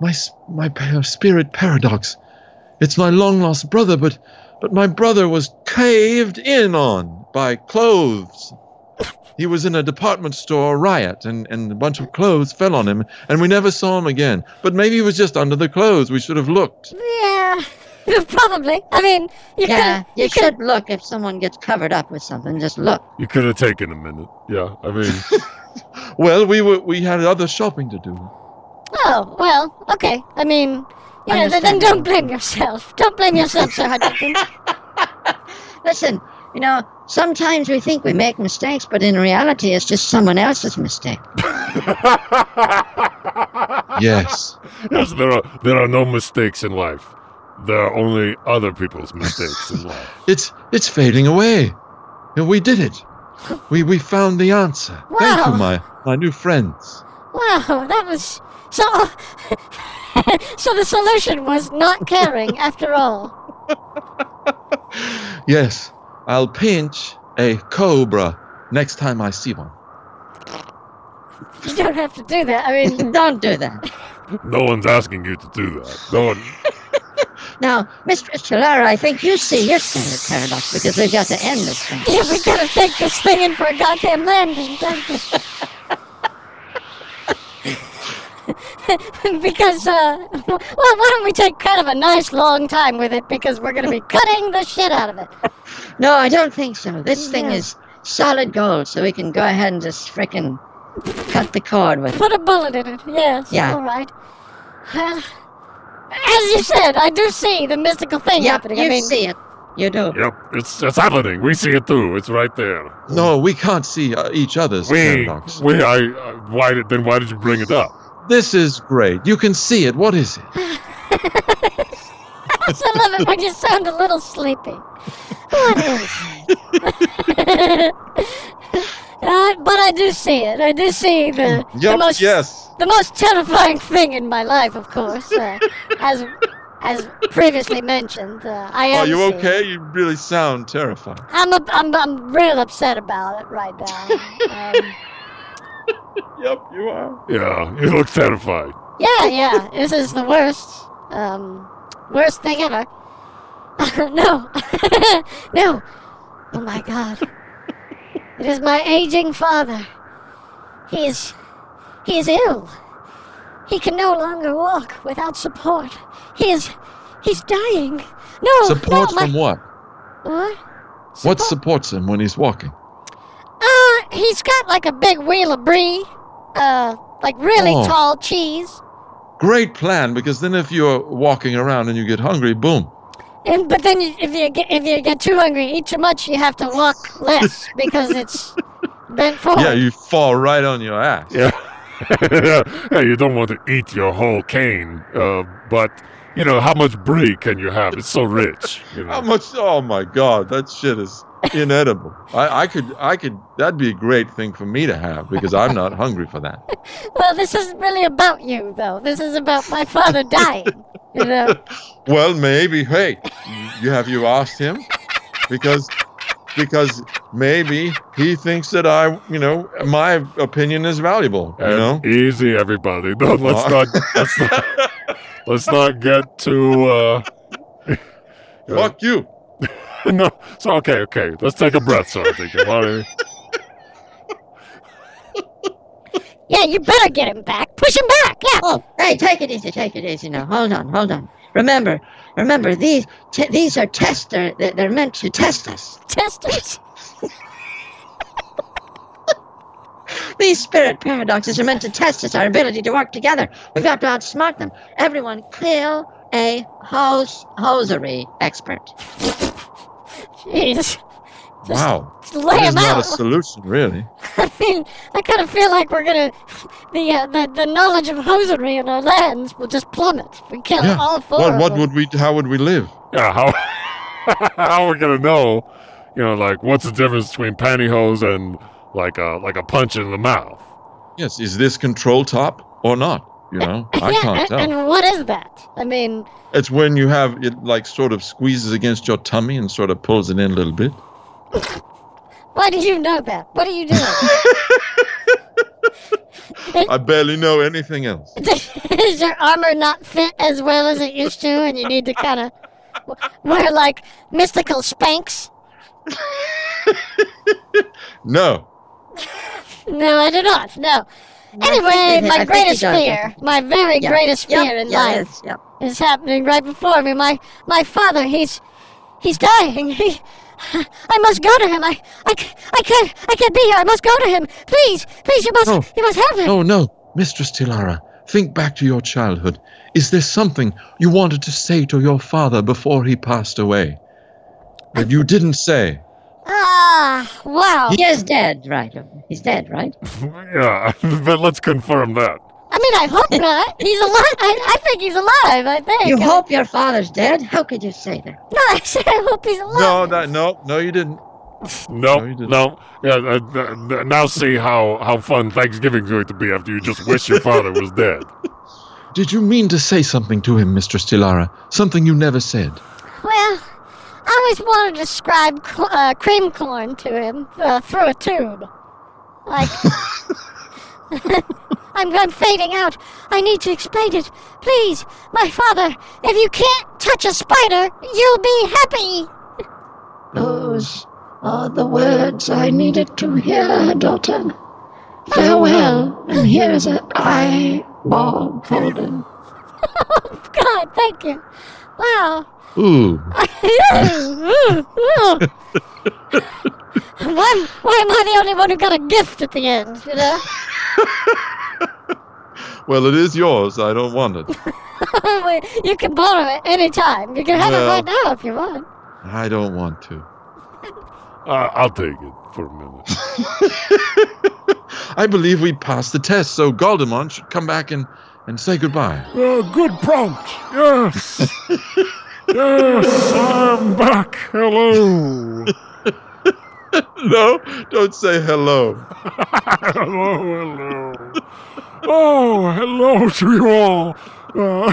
Speaker 2: my, s- my pa- spirit paradox. It's my long lost brother, but, but my brother was caved in on by clothes He was in a department store riot, and, and a bunch of clothes fell on him, and we never saw him again. But maybe he was just under the clothes. We should have looked.
Speaker 4: Yeah, probably. I mean, you
Speaker 5: Yeah,
Speaker 4: could.
Speaker 5: you,
Speaker 4: You could.
Speaker 5: should look if someone gets covered up with something. Just look.
Speaker 3: You could have taken a minute. Yeah, I mean,
Speaker 2: Well, we were we had other shopping to do.
Speaker 4: Oh well. Okay. I mean, you know, then, then
Speaker 5: Understandable.
Speaker 4: don't blame yourself. Don't blame yourself, Sir Huntington.
Speaker 5: Listen, you know, sometimes we think we make mistakes, but in reality, it's just someone else's mistake.
Speaker 2: Yes.
Speaker 3: yes, there are there are no mistakes in life. There are only other people's mistakes in life.
Speaker 2: It's it's fading away. Yeah, We did it. We we found the answer. Thank you,
Speaker 4: Wow.
Speaker 2: my my new friends.
Speaker 4: wow, that was so. so the solution was not caring after all.
Speaker 2: Yes, I'll pinch a cobra next time I see one.
Speaker 4: You don't have to do that. I mean,
Speaker 5: Don't do that.
Speaker 3: No one's asking you to do that. No one.
Speaker 5: Now, Mistress Chilera, I think you see your standard paradox because we've got to end this thing.
Speaker 4: yeah, we gotta take this thing in for a goddamn landing, don't we? because, uh, well, why don't we take kind of a nice long time with it? Because we're gonna be cutting the shit out of it.
Speaker 5: No, I don't think so. This thing
Speaker 4: No.
Speaker 5: is solid gold, so we can go ahead and just frickin' cut the cord with it.
Speaker 4: Put a bullet in it, yes.
Speaker 5: Yeah.
Speaker 4: All right. Uh, as you said, I do see the mystical thing
Speaker 5: Yep,
Speaker 4: happening. I
Speaker 5: you
Speaker 4: mean,
Speaker 5: see it. You do.
Speaker 3: Yep, it's it's happening. We see it too. It's right there.
Speaker 2: No, we can't see uh, each other's
Speaker 3: We
Speaker 2: paradox.
Speaker 3: we I, I why did then why did you bring it up?
Speaker 2: This is great. You can see it. What is it?
Speaker 4: I also love it when you sound a little sleepy. What is it? Uh, but I do see it. I do see the, the most
Speaker 2: yes.
Speaker 4: the most terrifying thing in my life, of course, uh, as as previously mentioned. Uh, I am
Speaker 2: Are you
Speaker 4: seeing it.
Speaker 2: okay? You really sound terrified.
Speaker 4: I'm, a, I'm I'm real upset about it right now. Um,
Speaker 2: Yep, you are.
Speaker 3: Yeah, you look terrified.
Speaker 4: Yeah, yeah. This is the worst, um, worst thing ever. no, no. Oh my God! It is my aging father. He is, he is ill. He can no longer walk without support. He is, he's dying. No,
Speaker 2: Support
Speaker 4: Oh, no, my,
Speaker 2: from what?
Speaker 4: What?
Speaker 2: What supports him when he's walking?
Speaker 4: Uh, he's got like a big wheel of brie, uh, like really
Speaker 2: Oh.
Speaker 4: tall cheese.
Speaker 2: Great plan, because then if you're walking around and you get hungry, boom.
Speaker 4: And but then you, if you get if you get too hungry, eat too much, you have to walk less because it's bent forward.
Speaker 2: Yeah, you fall right on your ass.
Speaker 3: Yeah. yeah, you don't want to eat your whole cane, uh, but you know how much brie can you have? It's so rich. You know?
Speaker 2: How much? Oh my God, that shit is inedible. I, I could, I could. That'd be a great thing for me to have because I'm not hungry for that.
Speaker 4: Well, this isn't really about you though. This is about my father dying. You know,
Speaker 2: Well, maybe. Hey, you have you asked him? Because, because maybe he thinks that I, you know, my opinion is valuable. You
Speaker 3: And
Speaker 2: know.
Speaker 3: easy, everybody. No, let's
Speaker 2: Uh.
Speaker 3: not let's not let's not get too. Uh,
Speaker 2: Fuck you.
Speaker 3: no, so okay, okay. Let's take a breath, so I think. Why don't we-
Speaker 4: yeah, you better get him back. Push him back. Yeah.
Speaker 5: Oh, hey, take it easy, take it easy now. Hold on, hold on. Remember, remember, these t- these are tester. They're, they're meant to test us.
Speaker 4: Testers.
Speaker 5: These spirit paradoxes are meant to test us, our ability to work together. We've got to outsmart them. Everyone, kill a hose hosiery expert.
Speaker 4: Jeez.
Speaker 2: Wow,
Speaker 4: Just lay
Speaker 2: that is
Speaker 4: him
Speaker 2: not a
Speaker 4: out.
Speaker 2: solution, really.
Speaker 4: I mean, I kind of feel like we're gonna the uh, the the knowledge of hosiery in our lands will just plummet. if We kill
Speaker 2: Yeah.
Speaker 4: all four.
Speaker 2: Well,
Speaker 4: of
Speaker 2: what
Speaker 4: them.
Speaker 2: would we? How would we live?
Speaker 3: yeah, how how we gonna know? You know, like what's the difference between pantyhose and like a like a punch in the mouth?
Speaker 2: Yes, is this control top or not? You know, I
Speaker 4: yeah,
Speaker 2: can't
Speaker 4: and,
Speaker 2: tell.
Speaker 4: and what is that? I mean,
Speaker 2: It's when you have it like sort of squeezes against your tummy and sort of pulls it in a little bit.
Speaker 4: Why do you know that? What are you doing?
Speaker 2: I barely know anything else.
Speaker 4: Is your armor not fit as well as it used to, and you need to kind of wear like mystical spanks?
Speaker 2: No,
Speaker 4: No, I do not. No.
Speaker 5: No, I think
Speaker 4: Anyway,
Speaker 5: you- I
Speaker 4: my
Speaker 5: think
Speaker 4: greatest
Speaker 5: you don't.
Speaker 4: fear, my very
Speaker 5: Yeah.
Speaker 4: greatest
Speaker 5: Yep,
Speaker 4: fear in
Speaker 5: yeah,
Speaker 4: life,
Speaker 5: yes, yep.
Speaker 4: is happening right before me. My my father, he's he's dying. He, I must go to him. I I, c- I can't I can't be here. I must go to him. Please, please, you must
Speaker 2: No.
Speaker 4: you must help him.
Speaker 2: Oh no, Mistress Tilara, think back to your childhood. Is there something you wanted to say to your father before he passed away? That you didn't say.
Speaker 4: Ah, wow.
Speaker 5: He is dead, right? He's dead, right?
Speaker 3: yeah, but let's confirm that.
Speaker 4: I mean, I hope not. He's alive. I, I think he's alive. I think.
Speaker 5: You
Speaker 4: I-
Speaker 5: hope your father's dead? How could you say that?
Speaker 4: No, I said I hope he's alive.
Speaker 2: No, that no, no, you didn't.
Speaker 3: No,
Speaker 2: No, you didn't.
Speaker 3: no. Yeah, uh, th- th- now see how, how fun Thanksgiving's going to be after you just wish your father was dead.
Speaker 2: Did you mean to say something to him, Mistress Tilara? Something you never said.
Speaker 4: Well, I always wanted to describe cl- uh, cream corn to him uh, through a tube. Like, I'm, I'm fading out. I need to explain it. Please, my father, if you can't touch a spider, you'll be happy.
Speaker 5: Those are the words I needed to hear, daughter. Farewell, and here is an eyeball folded.
Speaker 4: God, thank you. Wow.
Speaker 2: Ooh,
Speaker 4: why, why am I the only one who got a gift at the end, you know?
Speaker 2: well, it is yours. I don't want it.
Speaker 4: you can borrow it anytime. You can have it
Speaker 2: Well.
Speaker 4: right now if you want.
Speaker 2: I don't want to.
Speaker 3: Uh, I'll take it for a minute.
Speaker 2: I believe we passed the test, so Goldemont should come back and, and say goodbye.
Speaker 3: Uh, good prompt. Yes. yes, I'm back. Hello.
Speaker 2: No, don't say hello.
Speaker 3: hello, hello. Oh, hello to you all. Uh,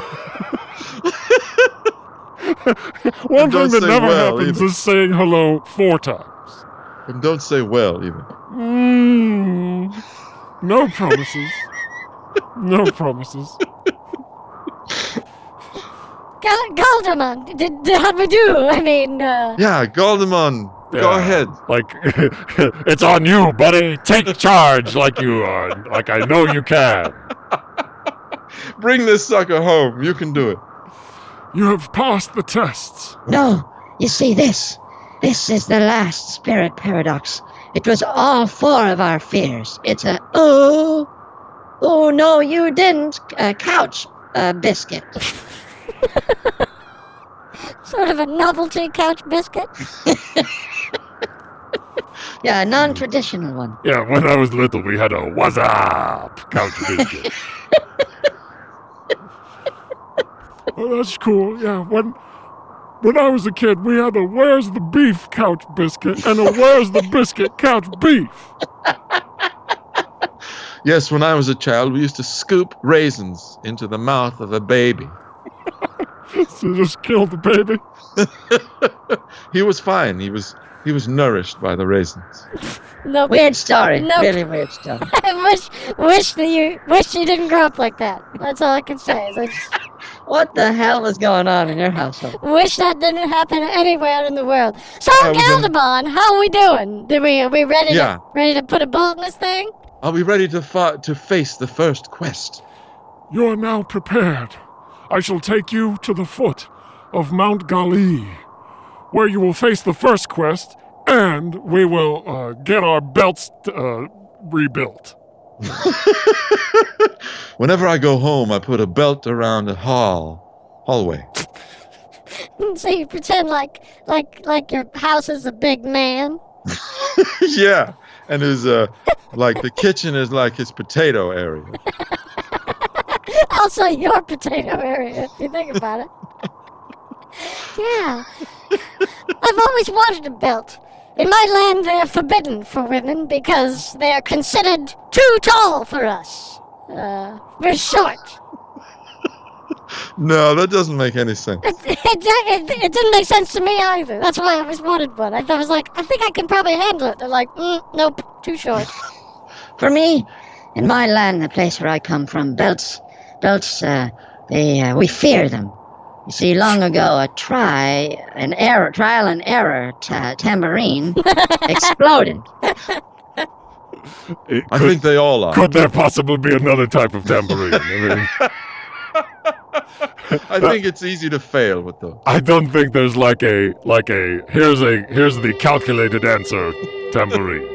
Speaker 3: one thing
Speaker 2: Don't
Speaker 3: that
Speaker 2: say
Speaker 3: never
Speaker 2: well,
Speaker 3: happens
Speaker 2: either.
Speaker 3: is saying hello four times.
Speaker 2: And don't say well, even.
Speaker 3: Mm, no promises. no promises.
Speaker 4: Gal- Galderman, did, did how we do? I mean, uh,
Speaker 2: Yeah, Goldemon, go
Speaker 3: Yeah.
Speaker 2: ahead.
Speaker 3: Like it's on you, buddy. Take charge, like you are. Like I know you can.
Speaker 2: Bring this sucker home. You can do it.
Speaker 3: You have passed the tests.
Speaker 5: No, you see this. This is the last spirit paradox. It was all four of our fears. It's a oh, oh no, you didn't uh, couch uh, biscuit.
Speaker 4: sort of a novelty couch biscuit.
Speaker 5: Yeah, a non-traditional one.
Speaker 3: Yeah, when I was little, we had a what's up couch biscuit. oh, that's cool. Yeah, when when I was a kid, we had a where's the beef couch biscuit and a where's the biscuit couch beef.
Speaker 2: Yes, when I was a child, we used to scoop raisins into the mouth of a baby.
Speaker 3: So just kill the baby.
Speaker 2: He was fine. He was he was nourished by the raisins.
Speaker 4: No,
Speaker 5: Weird story.
Speaker 4: Nope.
Speaker 5: Really weird story.
Speaker 4: I wish, wish that you, wish you didn't grow up like that. That's all I can say. Is I just
Speaker 5: what the hell is going on in your household?
Speaker 4: wish that didn't happen anywhere in the world. So,
Speaker 2: I was in-
Speaker 4: Galderman, how are we doing? Did we, are we ready
Speaker 2: Yeah.
Speaker 4: to, ready to put a ball in this thing?
Speaker 2: Are we ready to fa- to face the first quest?
Speaker 3: You are now prepared. I shall take you to the foot of Mount Gali, where you will face the first quest, and we will uh, get our belts uh, rebuilt.
Speaker 2: Whenever I go home, I put a belt around a hall hallway.
Speaker 4: So you pretend like, like, like your house is a big man.
Speaker 2: yeah, and his uh, like the kitchen is like his potato area.
Speaker 4: also your potato area, if you think about it. yeah. I've always wanted a belt. In my land, they're forbidden for women because they are considered too tall for us. Uh, we're short.
Speaker 2: No, that doesn't make any sense.
Speaker 4: It, it, it, it didn't make sense to me either. That's why I always wanted one. I, I was like, I think I can probably handle it. They're like, mm, nope, too short.
Speaker 5: For me, in my land, the place where I come from, belts, belts, uh, they uh, we fear them. You see, long ago, a try, an error, trial and error ta tambourine exploded.
Speaker 3: It
Speaker 2: I
Speaker 3: could-
Speaker 2: think they all are.
Speaker 3: Could there possibly be another type of tambourine? I mean,
Speaker 2: I think it's easy to fail with those.
Speaker 3: I don't think there's like a like a here's a here's the calculated answer tambourine.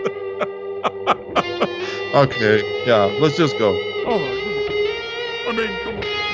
Speaker 2: Okay, yeah, let's just go.
Speaker 3: oh, I mean, come on.